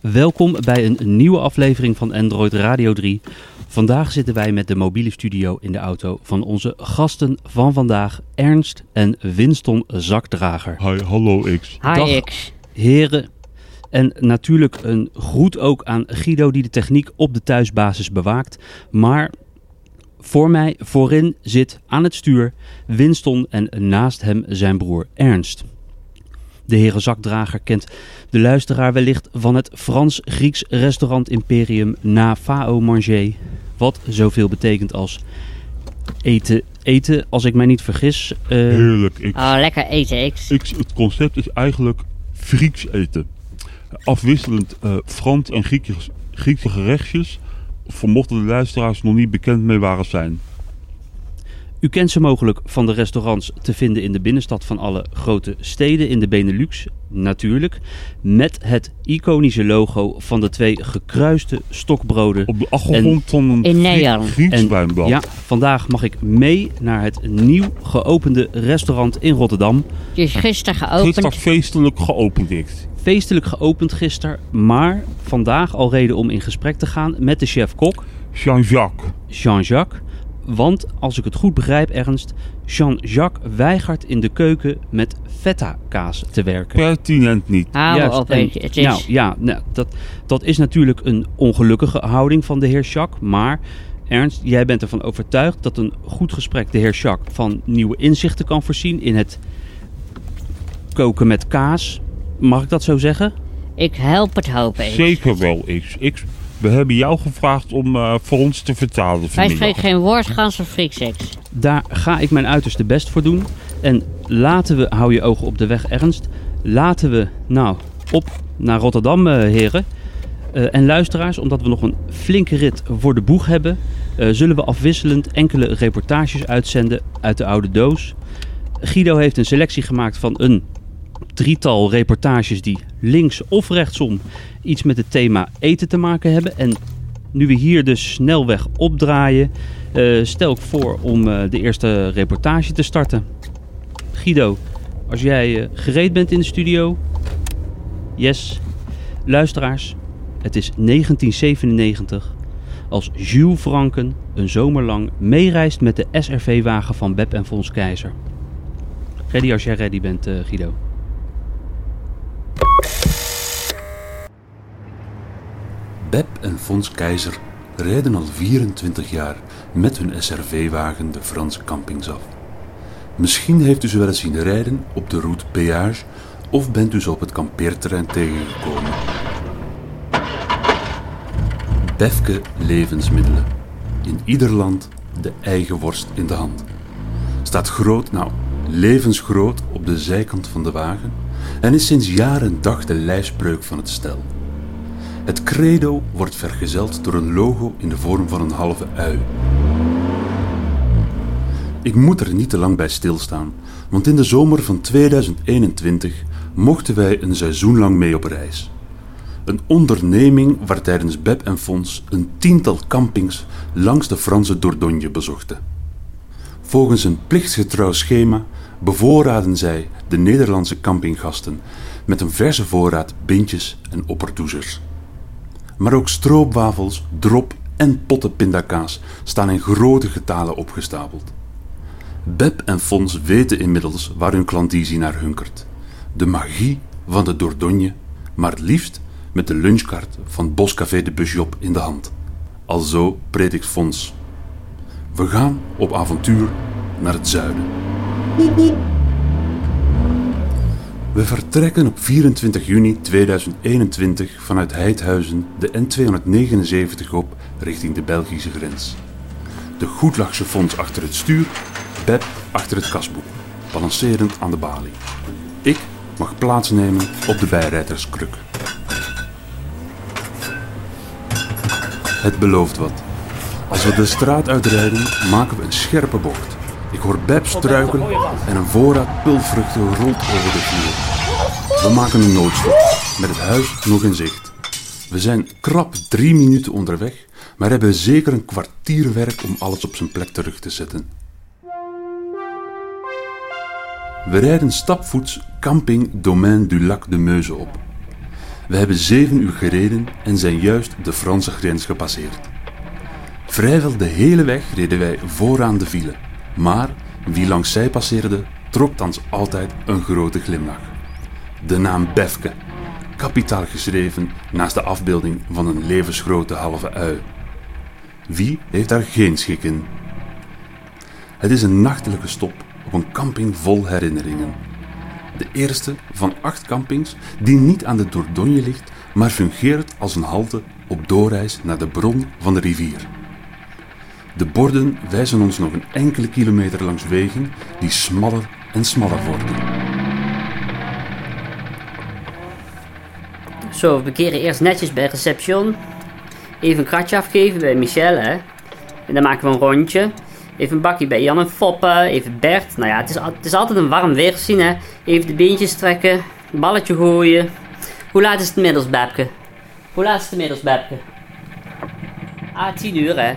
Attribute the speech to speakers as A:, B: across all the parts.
A: Welkom bij een nieuwe aflevering van Android Radio 3. Vandaag zitten wij met de mobiele studio in de auto van onze gasten van vandaag, Ernst en Winston Zakdrager.
B: Hi, hallo X.
A: Dag.
C: Hi X.
A: Heren, en natuurlijk een groet ook aan Guido die de techniek op de thuisbasis bewaakt. Maar voor mij voorin zit aan het stuur Winston en naast hem zijn broer Ernst. De heren zakdrager kent de luisteraar wellicht van het Frans-Grieks restaurant Imperium na Fao Manger. Wat zoveel betekent als eten, eten, als ik mij niet vergis. Eh,
B: Heerlijk X.
C: Oh, lekker eten X.
B: X. Het concept is eigenlijk Grieks eten. Afwisselend eh, Frans en Griekse, Griekse gerechtjes. Vermochten de luisteraars nog niet bekend mee waren zijn.
A: U kent ze mogelijk van de restaurants te vinden in de binnenstad van alle grote steden in de Benelux, natuurlijk. Met het iconische logo van de twee gekruiste stokbroden.
B: Op de achtergrond van een
C: in
B: Griek-
C: Nederland.
B: Grieks
A: En-
B: wijnblad.
A: Ja, vandaag mag ik mee naar het nieuw geopende restaurant in Rotterdam.
C: Dus gisteren
B: Gisteren
C: geopend.
B: feestelijk geopend X.
A: Feestelijk geopend gisteren, maar vandaag al reden om in gesprek te gaan met de chef-kok
B: Jean-Jacques.
A: Jean-Jacques. Want als ik het goed begrijp, Ernst, Jean-Jacques weigert in de keuken met feta-kaas te werken.
B: Pertinent niet.
C: Hou
A: Juist,
C: op
A: en-
C: X. Het is...
A: Nou ja, nou, dat, dat is natuurlijk een ongelukkige houding van de heer Schack. Maar Ernst, jij bent ervan overtuigd dat een goed gesprek de heer Schack van nieuwe inzichten kan voorzien in het koken met kaas. Mag ik dat zo zeggen?
C: Ik help het hopen X.
B: Zeker wel X. X. We hebben jou gevraagd om eh, voor ons te vertalen
C: Wij
B: vanmiddag.
C: spreken geen woord Gans of Grieks X.
A: Daar ga ik mijn uiterste best voor doen. En laten we, hou je ogen op de weg, Ernst. Laten we, nou, op naar Rotterdam, eh, heren. Eh, en luisteraars, omdat we nog een flinke rit voor de boeg hebben, eh, zullen we afwisselend enkele reportages uitzenden uit de oude doos. Guido heeft een selectie gemaakt van een drietal reportages die links of rechtsom iets met het thema eten te maken hebben. En nu we hier dus snelweg opdraaien, eh, stel ik voor om eh, de eerste reportage te starten. Guido, als jij eh, gereed bent in de studio. Yes. Luisteraars, het is 1997 als Jules Franken een zomerlang meereist met de SRV-wagen van Beb en Fons Keizer. Ready als jij ready bent, eh, Guido.
D: Beb en Fons Keizer rijden al 24 jaar met hun SRV-wagen de Franse campings af. Misschien heeft u ze wel eens zien rijden op de route Péage of bent u ze op het kampeerterrein tegengekomen. Befke Levensmiddelen. In ieder land de eigen worst in de hand. Staat groot, nou levensgroot, op de zijkant van de wagen en is sinds jaar en dag de lijfspreuk van het stel. Het credo wordt vergezeld door een logo in de vorm van een halve ui. Ik moet er niet te lang bij stilstaan, want in de zomer van 2021 mochten wij een seizoen lang mee op reis. Een onderneming waar tijdens Beb en Fons een tiental campings langs de Franse Dordogne bezochten. Volgens een plichtgetrouw schema bevoorraden zij de Nederlandse campinggasten met een verse voorraad bintjes en opperdoezers. Maar ook stroopwafels, drop en potten pindakaas staan in grote getalen opgestapeld. Beb en Fons weten inmiddels waar hun klandizie naar hunkert. De magie van de Dordogne, maar het liefst met de lunchkaart van Boscafé de Busjop in de hand. Alzo predikt Fons. We gaan op avontuur naar het zuiden. We vertrekken op 24 juni 2021 vanuit Heidhuizen de N279 op richting de Belgische grens. De Goedlachse Fonds achter het stuur, Beb achter het kasboek, balancerend aan de balie. Ik mag plaatsnemen op de bijrijderskruk. Het belooft wat. Als we de straat uitrijden, maken we een scherpe bocht. Ik hoor Beb struiken en een voorraad pulvruchten rolt over de vloer. We maken een noodstop, met het huis nog in zicht. We zijn krap drie minuten onderweg, maar hebben zeker een kwartier werk om alles op zijn plek terug te zetten. We rijden stapvoets camping Domaine du Lac de Meuse op. We hebben zeven uur gereden en zijn juist de Franse grens gepasseerd. Vrijwel de hele weg reden wij vooraan de file. Maar wie langs zij passeerde, trok thans altijd een grote glimlach. De naam Befke. Kapitaal geschreven naast de afbeelding van een levensgrote halve ui. Wie heeft daar geen schik in? Het is een nachtelijke stop op een camping vol herinneringen. De eerste van acht campings die niet aan de Dordogne ligt, maar fungeert als een halte op doorreis naar de bron van de rivier. De borden wijzen ons nog een enkele kilometer langs wegen die smaller en smaller worden.
E: Zo, we parkeren eerst netjes bij reception. Even een kratje afgeven bij Michelle, hè. En dan maken we een rondje. Even een bakje bij Jan en Foppe, even Bert. Nou ja, het is, al- het is altijd een warm weerzien, hè. Even de beentjes trekken, een balletje gooien. Hoe laat is het inmiddels, Bepke? Hoe laat is het inmiddels, Bepke? Ah, tien uur, hè.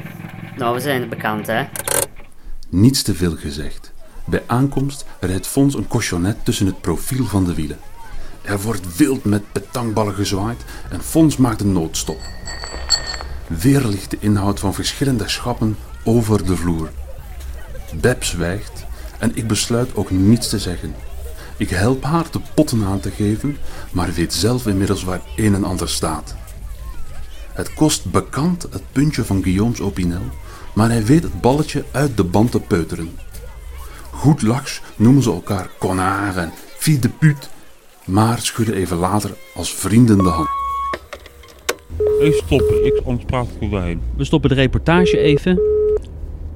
E: Nou, we zijn bekend, hè.
D: Niets te veel gezegd. Bij aankomst rijdt Fons een cochonnet tussen het profiel van de wielen. Er wordt wild met petangballen gezwaaid en Fons maakt een noodstop. Weer ligt de inhoud van verschillende schappen over de vloer. Beb zwijgt en ik besluit ook niets te zeggen. Ik help haar de potten aan te geven, maar weet zelf inmiddels waar een en ander staat. Het kost bekant het puntje van Guillaume's opinel, maar hij weet het balletje uit de band te peuteren. Goed laks noemen ze elkaar konar en fille de pute, maar schudden even later als vrienden de hand.
B: Even stoppen, ik, anders praat ik voor wijn.
A: We stoppen de reportage even.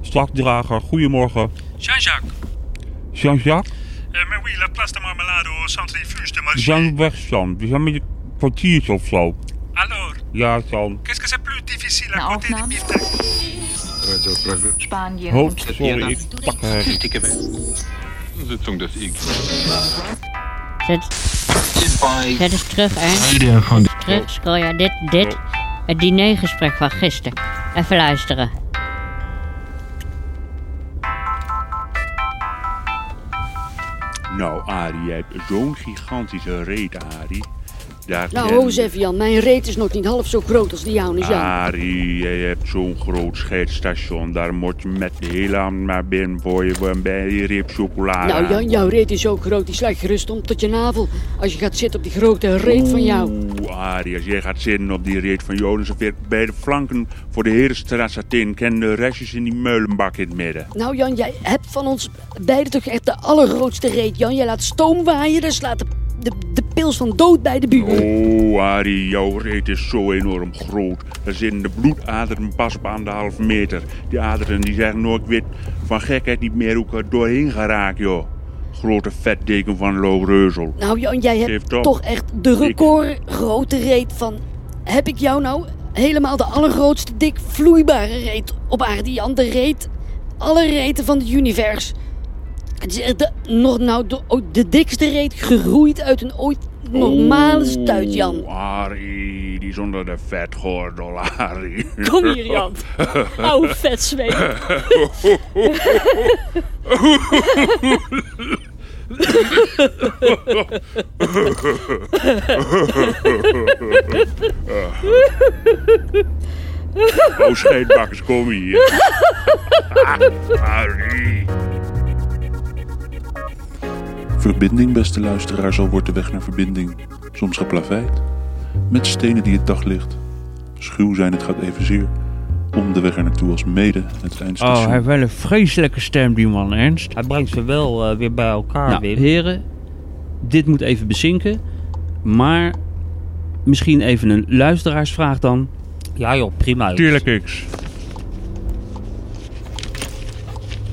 B: Strakdrager, goedemorgen.
F: Jean-Jacques,
B: Jean-Jacques,
F: euh, mais oui, la place de marmelade au centrifuge de
B: we
F: marché.
B: zijn weg, Jan. We zijn met een kwartiertje of zo.
F: Alors,
B: Ja, Jan.
F: qu'est-ce que c'est plus difficile
G: La
F: à côté
G: Hoffmann.
F: des beefsteaks
G: Spanje.
B: Oh, sorry, ik pak er.
H: Dikke weg. Sitzung des IG.
C: Zet,
H: Goodbye.
C: zet eens terug, Ernst. Terug, scroll ja, dit, dit. Het dinergesprek van gisteren. Even luisteren.
B: Nou, Arie, jij hebt zo'n gigantische reet, Arie. Daar
I: Nou,
B: ken-
I: ho eens even Jan, mijn reet is nog niet half zo groot als die jou is Jan.
B: Arie, jij hebt zo'n groot scheidsstation. Daar moet je met de hele hand naar binnen voor je bij die reep chocolade.
I: nou Jan, jouw reet is zo groot, die slaat gerust om tot je navel. Als je gaat zitten op die grote reet van jou.
B: Oeh, Arie, als jij gaat zitten op die reet van Jonas, dan weer bij de flanken voor de Herenstraat satin. Ken de restjes in die meulenbak in het midden.
I: Nou Jan, jij hebt van ons beiden toch echt de allergrootste reet Jan. Jij laat stoom waaien, dan slaat de, de, de pils van dood bij de buren.
B: Oh, Arie, jouw reet is zo enorm groot. Er zitten de bloedaderen pas op anderhalf meter. Die aderen die zeggen, nooit ik weet van gekheid niet meer hoe ik er doorheen geraakt, joh. Grote vetdeken van Loogreuzel.
I: Nou Jan, jij
B: Geef
I: hebt
B: op.
I: toch echt de recordgrote reet van... Heb ik jou nou helemaal de allergrootste dik vloeibare reet op aarde Jan? De reet, alle reten van het univers. Het is echt de, nog nou de, ook de dikste reet geroeid uit een ooit normale stuit Jan.
B: Oeh, Oh, Arie, die zonder de vetgordel, Arie.
I: Kom hier Jan, oude Oh, vet zweet.
B: Oh, scheetbakkers, kom hier. Arie.
J: Verbinding, beste luisteraar, zo wordt de weg naar verbinding. Soms geplaveid, met stenen die het daglicht. Schuw zijn, het gaat evenzeer. Om de weg er naartoe als mede het eindstation.
K: Oh, hij heeft wel een vreselijke stem, die man, Ernst. Hij brengt ze wel eh, weer bij elkaar,
A: nou,
K: Wim.
A: heren, dit moet even bezinken. Maar misschien even een luisteraarsvraag dan.
K: Ja joh, prima. joh.
B: Tuurlijk, X.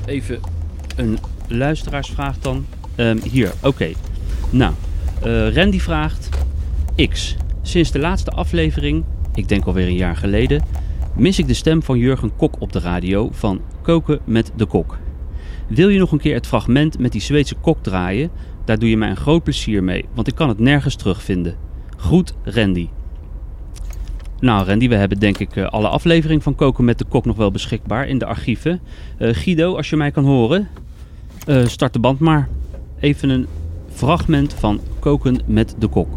A: Even een luisteraarsvraag dan. Ehm, hier, oké. Nou, eh, Randy vraagt... X, sinds de laatste aflevering, ik denk alweer een jaar geleden... mis ik de stem van Jurgen Kok op de radio van Koken met de Kok. Wil je nog een keer het fragment met die Zweedse kok draaien? Daar doe je mij een groot plezier mee, want ik kan het nergens terugvinden. Groet, Randy. Nou, Randy, we hebben denk ik eh, alle aflevering van Koken met de Kok nog wel beschikbaar in de archieven. Eh, Guido, als je mij kan horen, eh, start de band maar. Even een fragment van Koken met de Kok.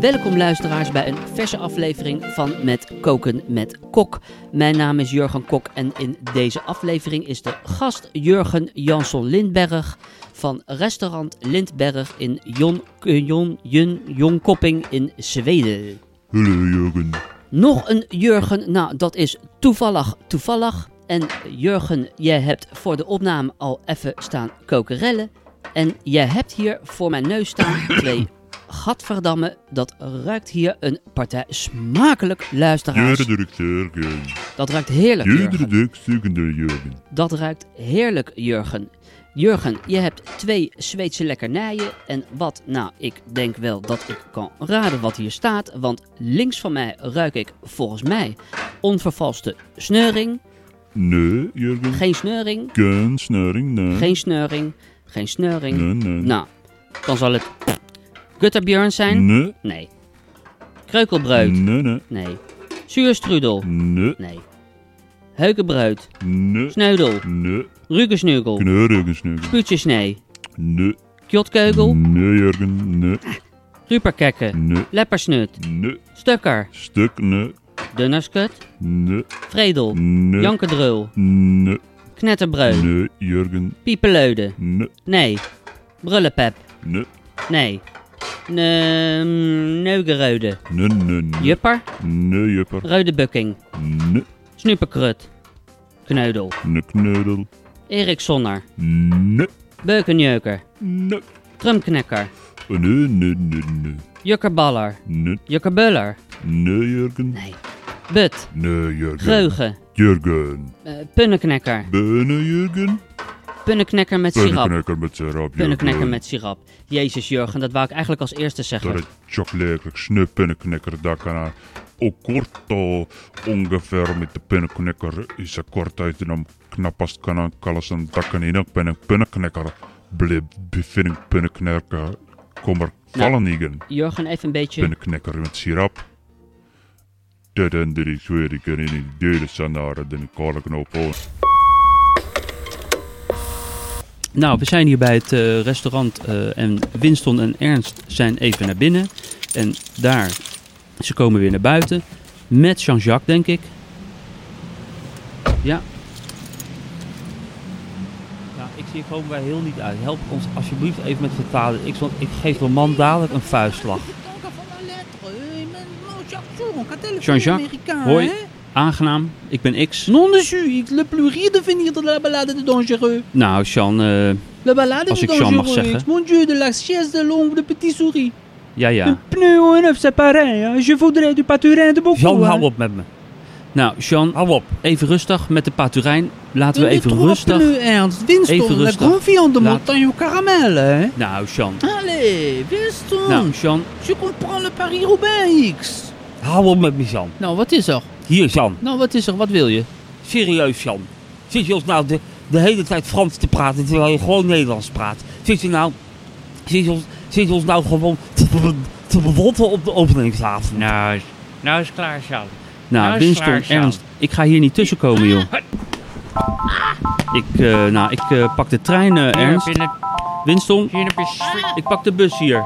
G: Welkom luisteraars bij een verse aflevering van Met Koken met Kok. Mijn naam is Jurgen Kok en in deze aflevering is de gast Jurgen Jansson Lindberg van restaurant Lindberg in Jon, eh, Jon, Jun, Jonkopping in Zweden.
L: Hallo Jurgen.
G: Nog een Jurgen, nou dat is toevallig toevallig. En Jurgen, jij hebt voor de opname al even staan kokerellen. En jij hebt hier voor mijn neus staan twee gadverdamme. Dat ruikt hier een partij smakelijk luisteraars.
L: Jurgen, Jurgen.
G: Dat ruikt heerlijk, Jurgen.
L: Jurgen, Jurgen, Jurgen.
G: Dat ruikt heerlijk, Jurgen. Jurgen, je hebt twee Zweedse lekkernijen. En wat, nou, ik denk wel dat ik kan raden wat hier staat. Want links van mij ruik ik volgens mij onvervalste sneuring.
L: Nee, Jurgen.
G: Geen sneuring.
L: Geen sneuring, nee.
G: Geen sneuring. Geen sneuring.
L: Nee, nee.
G: Nou, dan zal het Gutterbjörn zijn.
L: Nee.
G: Nee. Kreukelbreud.
L: Nee, nee.
G: Nee. Zuurstrudel.
L: Nee.
G: Nee. Heukebreud.
L: Nee.
G: Sneudel.
L: Nee.
G: Ruggensneugel.
L: Knurrugensnuggen.
G: Spuutjesnee.
L: Nee.
G: Kjotkeugel.
L: Nee, Jurgen, nee.
G: Ah. Ruperkekken.
L: Nee.
G: Leppersnut.
L: Nee.
G: Stukker.
L: Stuk, nee.
G: Dunnerskut.
L: Nee.
G: Vredel.
L: Nee.
G: Jankerdrul.
L: Nee.
G: Knetterbreud.
L: Nee, Jurgen.
G: Piepeleude.
L: Nee.
G: Nee. Brullepep.
L: Nee.
G: Nee. Ne Neugereude.
L: Nee, nee, nee.
G: Jupper.
L: Nee, Jupper.
G: Reudebukking.
L: Nee.
G: Snuperkrut. Kneudel.
L: Nee, kneudel.
G: Erik Sonner.
L: Nee.
G: Beukenjeuker.
L: Nee.
G: Trumknekker.
L: Nee, nee, nee, nee.
G: Jukkerballer.
L: Nee.
G: Jukkerbuller.
L: Nee, Jurgen. Nee.
G: But.
L: Nee, Jurgen.
G: Geugen.
L: Jurgen.
G: Eh, punneknekker.
L: Benen, Jurgen.
G: Punneknekker met sirap.
L: Punneknekker met sirap,
G: Punneknekker met sirap. Jezus Jurgen, dat wou ik eigenlijk als eerste
L: Dat
G: zeggen.
L: is chocolade sneu punneknekker, daar kan aan. Ook korto, ongeveer met de punneknekker is een kort uit en om knappast kan aan kalles en dat kan in een punneknekker. Blib, bevinding punneknekker, kom er vallen igen.
G: Jurgen, even een beetje...
L: Punneknekker met sirap. Dat en dit is weer, ik kan in die deuren sanaren, dan kan ik nog op.
A: Nou, we zijn hier bij het eh, restaurant eh, en Winston en Ernst zijn even naar binnen. En daar, ze komen weer naar buiten. Met Jean-Jacques, denk ik. Ja. Nou, ik zie gewoon bij heel niet uit. Help ons alsjeblieft even met vertalen. Ik, want ik geef de man dadelijk een vuistslag. Jean-Jacques, hoi. Aangenaam, ik ben X.
I: Non dessus, le plus rire de finir de la balade de dangereux.
A: Nou, Jean, eh,
I: La balade
A: Als
I: de
A: ik Jean
I: dangereux.
A: mag zeggen.
I: Mon dieu, de la chaise de l'ombre de petit souris.
A: ja, ja.
I: Pneu en neuf, c'est pareil. hein. Je voudrais du paturin de beaucoup.
A: Jean,
I: hein.
A: hou op met me. Nou, Jean, hou op. Even rustig met de paturijn. Laten we
I: Et les
A: even
I: trois
A: rustig.
I: pneus, Ernst, Winston,
A: Even
I: la
A: rustig.
I: confiance de
A: Laat-
I: montagne au caramel. hein.
A: Nou, Jean.
I: Allez,
M: Hmm.
I: Winston.
A: Nou, Jean.
I: Je comprends le Paris-Roubaix, X.
M: Hou op met me, Jan.
I: Nou, wat is er?
M: Hier, Jan.
I: Nou, wat is er? Wat wil je?
M: Serieus, Jan. Zit je ons nou de, de hele tijd Frans te praten terwijl je gewoon Nederlands praat? Zit je nou, zit je ons, zit je ons nou gewoon te, be- te bewotten op de openingsavond?
A: Nou,
M: nou is klaar, Jan.
A: Nou, Winston, Ernst, ik ga hier niet tussenkomen, joh. Ik, eh, nou, ik eh, pak de trein, eh, Ernst. Winston, ik pak de bus hier.